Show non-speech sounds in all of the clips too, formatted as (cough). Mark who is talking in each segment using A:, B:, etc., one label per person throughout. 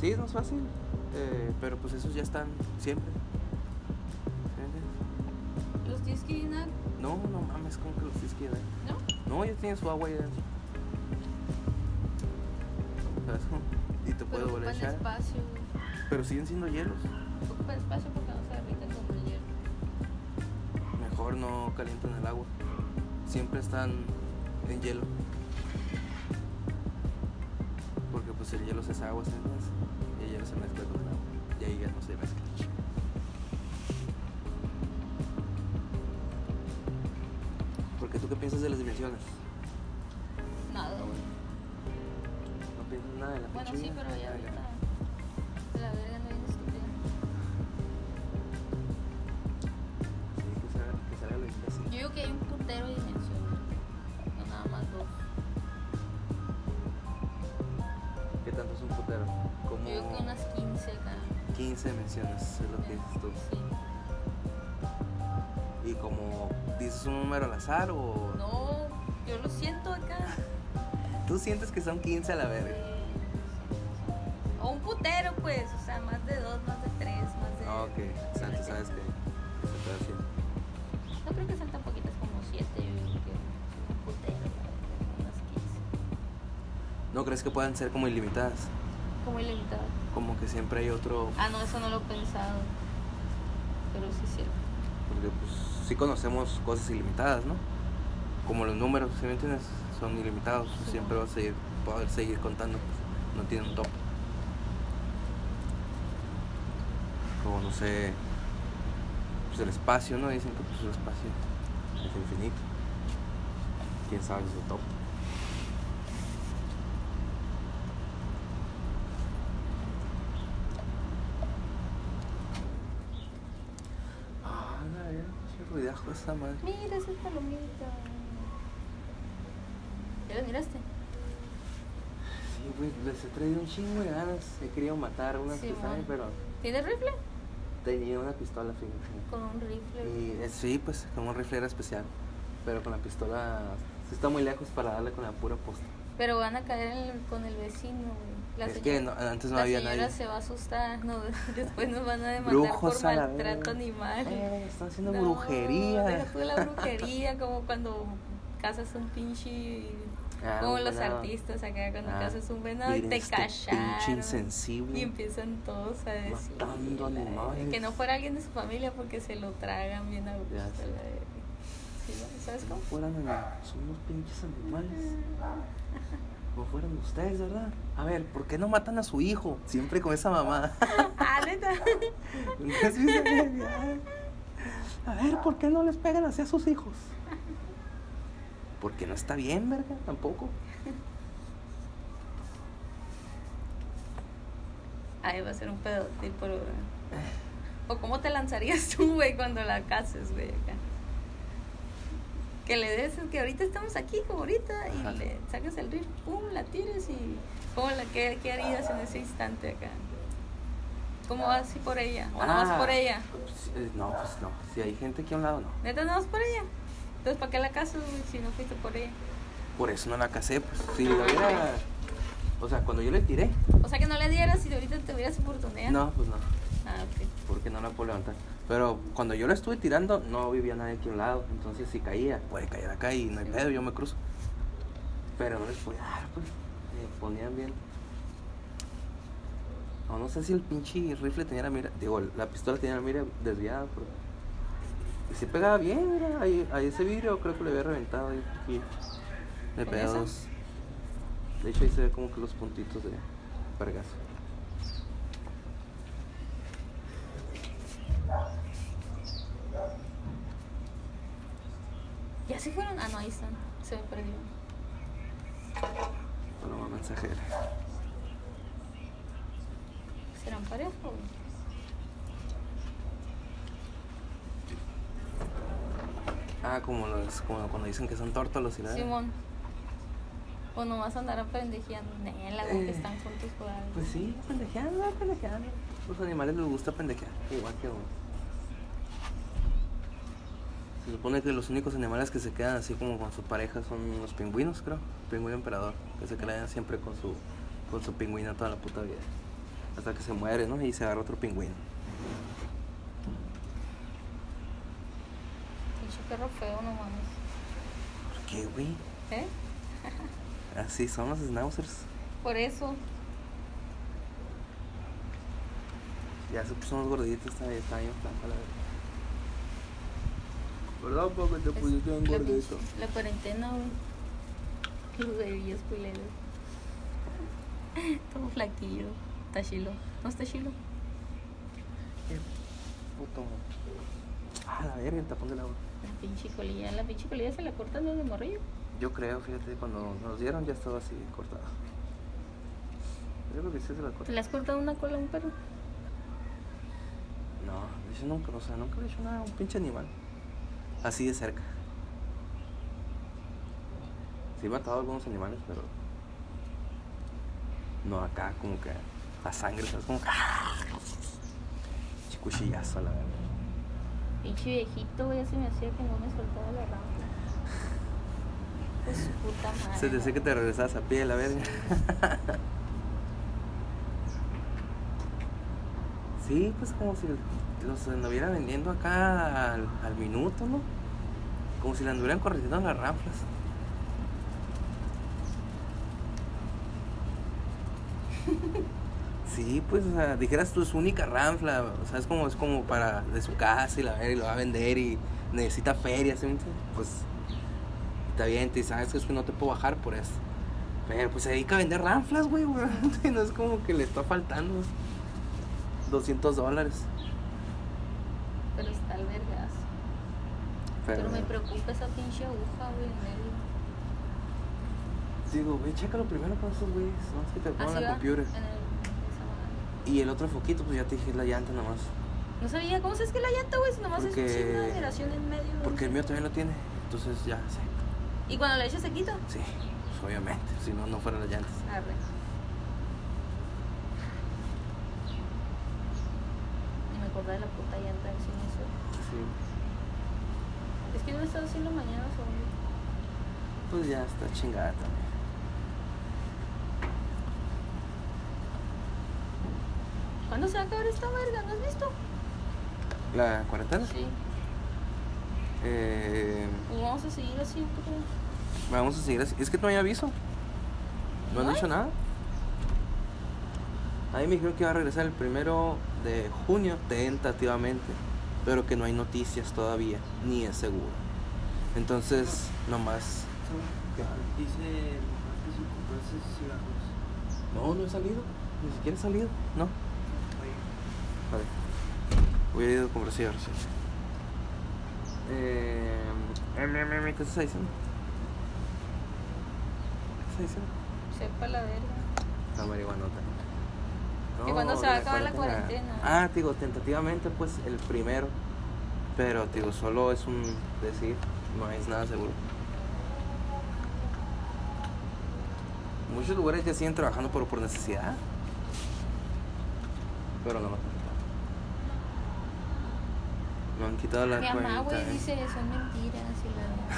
A: Sí, es más fácil. eh, pero pues esos ya están siempre. ¿Sí me entiendes?
B: Los tienes que llenar,
A: No, no mames, como que los tienes que llenar?
B: ¿no?
A: No, ya tienen su agua ahí adentro. ¿Sabes cómo? Y te puede
B: Pero
A: volver a
B: ocupan
A: echar.
B: espacio.
A: Pero siguen siendo hielos.
B: Ocupan espacio porque no se derriten con el hierro.
A: Mejor no calientan el agua. Siempre están en hielo. Porque pues el hielo se hace agua, se mezcla. Y el hielo se mezcla con el agua. Y ahí ya no se mezcla. Porque tú qué piensas de las dimensiones?
B: Nada.
A: No piensas nada de la
B: Bueno,
A: pinche
B: sí,
A: vida?
B: pero ya
A: Ah,
B: ahorita. La verga no es estúpida.
A: Sí, que salga, que salga lo imbécil.
B: Yo digo que hay un puntero de dimensiones. No nada más dos.
A: ¿Qué tanto es un putero? Como
B: Yo digo que unas 15 acá.
A: 15 menciones es lo que dices tú.
B: Sí.
A: ¿Y como dices un número al azar o
B: No, yo lo siento
A: (laughs)
B: acá.
A: tú sientes que son 15 a la verga?
B: O un putero, pues. O sea, más de dos, más de tres, más de.
A: Ah, ok, o sea, tú sabes que se te va haciendo.
B: No creo que sean tan poquitas como siete. Yo digo que un putero, la verdad, unas 15.
A: ¿No crees que puedan ser como ilimitadas?
B: Como ilimitado.
A: Como que siempre hay otro,
B: Ah, no, eso no lo he pensado. Pero sí es cierto.
A: porque pues sí conocemos cosas ilimitadas, ¿no? Como los números, ¿sí me entiendes? Son ilimitados,
B: Sí.
A: siempre vas a seguir, poder seguir contando, pues, no tiene un tope. Como no sé, pues el espacio, ¿no? Dicen que pues el espacio es infinito. ¿Quién sabe si es tope? Ah, la verdad, qué ruidajo esa madre.
B: Mira esa palomita. ¿Ya la miraste?
A: Sí, güey, les he traído un chingo de ganas. He querido matar unas
B: Sí,
A: que saben,
B: man.
A: pero
B: ¿Tiene rifle?
A: tenía una pistola, fíjate.
B: Con un rifle.
A: Y eh, sí, pues con un rifle era especial. Pero con la pistola. Sí, está muy lejos para darle con la pura posta.
B: Pero van a caer en el- con el vecino, güey. La
A: es
B: señora-
A: que no- antes no
B: la
A: había
B: señora
A: nadie.
B: se va a asustar. no, (laughs) después nos van a demandar
A: Brujos
B: por
A: a la
B: maltrato
A: verga.
B: animal.
A: Eh, están haciendo
B: No, Deja
A: brujería.
B: tú la brujería, como cuando casas un pinche.
A: (laughs) Ah,
B: como
A: un
B: los
A: venado.
B: artistas acá, cuando
A: Ah,
B: casas un venado y
A: miren
B: te
A: este
B: cacharon.
A: Pinche insensible.
B: Y empiezan todos a decir.
A: Matando
B: la verga,
A: animales.
B: Que no fuera alguien de su familia porque se lo tragan bien a gusto.
A: Ya
B: la
A: sé.
B: verga. Sí, ¿no? ¿Sabes
A: No
B: cómo?
A: fueran animales, son unos pinches animales. No fueran ustedes, ¿verdad? A ver, ¿por qué no matan a su hijo? Siempre con esa mamá.
B: (laughs)
A: (laughs)
B: Ah, neta.
A: ¿No has visto? A ver, ¿por qué no les pegan así a sus hijos? Porque no está bien, verga, tampoco.
B: Ahí va a ser un pedo tipo. O cómo te lanzarías (laughs) tú, güey, cuando la cases, güey, acá. Que le des, que ahorita estamos aquí, como ahorita,
A: Ajá.
B: y le sacas el rifle, pum, la tires y. ¿Cómo la, qué, qué harías en ese instante acá? ¿Cómo vas así por ella? ¿O no vas
A: Ah.
B: por ella?
A: Pues, eh, no, pues no. Si hay gente aquí a un lado, no.
B: Neta, no vas por ella. Entonces, ¿para qué la casas, güey, si no fuiste por ella?
A: Por eso no la casé, pues. Si la hubiera. O sea, cuando yo le tiré.
B: O sea, que no le dieras y ahorita te hubieras oportunidad.
A: No, pues no.
B: Ah, ok.
A: Porque no la puedo levantar. Pero cuando yo la estuve tirando, no vivía nadie aquí a un lado. Entonces, si caía, puede caer acá y no hay
B: Sí.
A: pedo, yo me cruzo. Pero no les podía dar, pues. Me ponían bien. No, no sé si el pinche rifle tenía la mira. Digo, la pistola tenía la mira desviada, pero. Y se pegaba bien, mira. Ahí, ahí ese vidrio creo que le había reventado ahí un poquito. Le
B: ¿Con
A: pegaba
B: eso?
A: dos. De hecho, ahí se ve como que los puntitos de vergazo.
B: ¿Ya se fueron? Ah, no, ahí están. Se me perdió.
A: Paloma mensajera.
B: ¿Serán pareja o
A: Ah, como, los, como cuando dicen que son tórtolos y nada.
B: Simón. O nomás andarán pendejeando. Nela, güey, que
A: Eh.
B: están juntos por algo.
A: Pues sí, pendejeando, pendejeando. Los animales les gusta pendejear, igual que a uno. Se supone que los únicos animales que se quedan así como con su pareja son los pingüinos, creo. Pingüino emperador, que se quedan siempre con su, con su pingüina toda la puta vida. Hasta que se muere, ¿no? Y se agarra otro pingüino.
B: Pinche perro feo, no mames.
A: ¿Por qué, güey?
B: ¿Eh?
A: Así son los schnauzers.
B: Por eso.
A: Ya se puso unos gorditos, está, está bien flaca la verdad. ¿Verdad, papá? Te
B: es
A: pusiste bien
B: la
A: gordito.
B: pinche- La cuarentena, güey. Los bebillos culeros. (laughs) Todo flaquillo. Está chilo. ¿No está chilo?
A: Qué puto. Ah, la verga, el tapón del agua.
B: La pinche colilla. La pinche colilla se la cortan los de morrillo.
A: Yo creo, fíjate, cuando nos dieron ya estaba así cortada. Yo creo que sí se la
B: ¿Te
A: corté.
B: le has cortado una cola a un perro?
A: No, de hecho nunca, o sea, nunca le he hecho nada a un pinche animal. Así de cerca. Sí he matado algunos animales, pero. No acá, como que. La sangre, ¿sabes? Como que. Pinche Cuchillazo, la verdad.
B: Pinche viejito, güey. Ya se me hacía que no me soltaba la
A: (laughs)
B: rampa. Pues su puta madre.
A: Se te decía que te regresabas a pie, la verga. (laughs) Sí, pues como si los anduvieran vendiendo acá al, al minuto, ¿no? Como si le anduvieran corriendo las raflas. (laughs) Sí, pues, o sea, dijeras tú, es su única ranfla, o sea, es como, es como para de su casa y la verga, y lo va a vender y necesita feria, ¿sí me entiendes? Pues, está bien, te sabes que es que no te puedo bajar por eso. Pero pues se dedica a vender ranflas, güey, güey. (laughs) No es como que le está faltando 200 dólares.
B: Pero está al vergazo. Pero, me preocupa esa pinche aguja, güey. en medio.
A: Digo, güey, chécalo primero con esos güeyes. No es que te pongan
B: Así
A: la
B: va,
A: computer.
B: en el- esa madre.
A: Y el otro foquito, pues ya te dije, es la llanta nomás.
B: No sabía cómo es que la llanta, güey, si nomás
A: Porque-
B: es un signo de admiración en medio. güey.
A: Porque el mío también lo tiene. Entonces ya, sí.
B: Y cuando la echas se quita.
A: Sí, pues, obviamente. Si no, no fueran las llantas.
B: Arre. Y me acordé de la puta llanta del cine sur.
A: Sí.
B: Es que no he estado haciendo mañana sobre.
A: Pues ya está chingada también.
B: ¿Cuándo se va a acabar esta verga? ¿No has visto?
A: ¿La cuarentena?
B: Sí.
A: Eh,
B: O vamos a seguir así pues, un poco.
A: vamos a seguir así. Es que no hay aviso. ¿No han
B: ¿No hay?
A: dicho nada? Ahí me dijeron que iba a regresar el primero de junio, tentativamente. Pero que no hay noticias todavía, ni es seguro. Entonces, nomás.
C: Dice el papá que si compraste cigarros.
A: No, no he salido. Ni siquiera he salido. No.
C: Oye,
A: Vale. Hubiera ido a comprar cigarros. sí. Eh, em, em, em, ¿Qué estás diciendo? ¿Qué estás diciendo?
B: Sepa la verga.
A: La marihuanota.
B: ¿Y cuándo se
A: de
B: va a acabar la cuarentena?
A: Ah, te digo, tentativamente pues el primero. Pero te digo, solo es un decir, no es nada seguro. Muchos lugares ya siguen trabajando pero por necesidad. Pero no lo han quitado. No han quitado la eh.
B: Mi mamá, güey,
A: cuarentena.
B: dice son mentiras y la.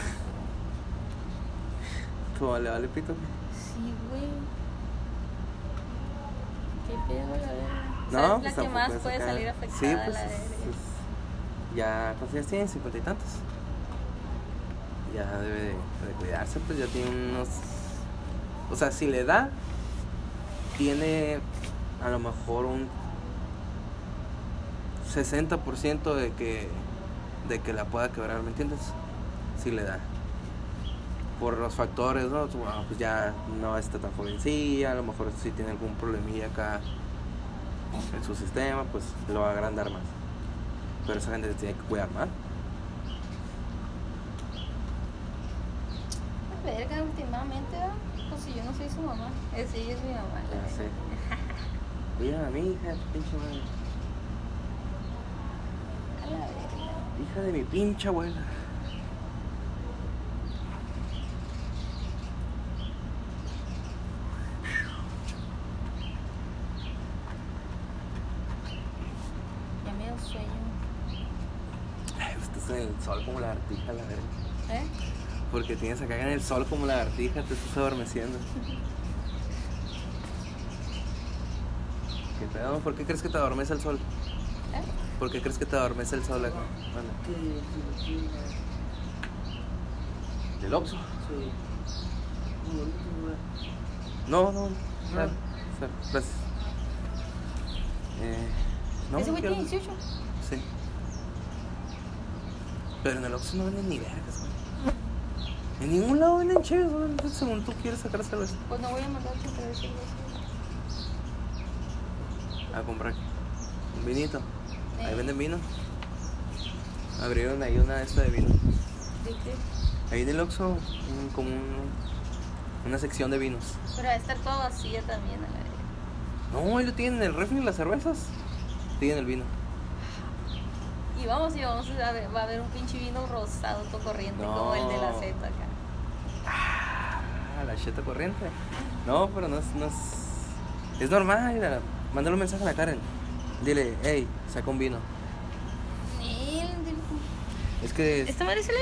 A: Tú vale, vale, pito.
B: Sí, güey. Qué pedo, la verga. O sea, es
A: No,
B: la
A: pues
B: que
A: tampoco
B: más
A: es
B: puede
A: acá.
B: salir afectada.
A: Sí,
B: la
A: pues es-
B: verga.
A: es- ya, ¿cuántos años tienen? Cincuenta y tantos. Ya debe de, de cuidarse, pues ya tiene unos. O sea, si le da, tiene a lo mejor un 60% de que, de que la pueda quebrar, ¿me entiendes? Si le da. Por los factores, ¿no? Bueno, pues ya no está tan jovencilla, a lo mejor si tiene algún problemilla acá en su sistema, pues lo va a agrandar más. Pero esa gente se tiene que cuidar más.
B: La Ah, verga, últimamente, ¿verdad? pues si yo no soy su mamá. Es ella es mi mamá. la
A: Ya
B: verga.
A: (laughs) sé. Cuida a mi hija, pinche madre.
B: A la verga.
A: Hija de mi pinche abuela. (laughs)
B: Ya me dio sueño.
A: Ay, Estás en el sol como la lagartija, la verga.
B: ¿Eh?
A: Porque tienes acá en el sol como la lagartija, te estás adormeciendo. (laughs) ¿Qué pedo? ¿Por qué crees que te adormece el sol?
B: ¿Eh?
A: ¿Por qué crees que te adormece el sol acá? Vale.
C: Que si lo tiene,
A: ¿Del Oxxo?
C: sí. Como el último, ¿verdad?
A: No, no. Sal,
C: No.
A: sal, gracias. Eh, no,
B: Ese güey
A: ¿qué
B: tiene
A: onda?
B: 18.
A: Sí. Pero en el Oxxo no venden ni vergas, güey. En ningún lado venden cheves, güey. Entonces, según tú quieres sacar cerveza.
B: Pues no voy a mandar que te decirlo
A: A comprar un vinito. Ahí venden vino. Abrieron ahí una de estas de vino. Ahí en el Oxxo, un- como un- una sección de vinos.
B: Pero va a estar toda vacía también. a la verga.
A: No, ahí lo tienen en el refri, las cervezas. Tienen el vino.
B: Y vamos y vamos a ver, va a haber un pinche vino rosado todo corriente
A: No.
B: como el de la Z acá.
A: Ah, la cheta corriente. No, pero no es. No es, es normal, mira. Mándale un mensaje a la Karen. Dile, hey, saca un vino.
B: Nel, del-
A: Es que.
B: Esta madre se la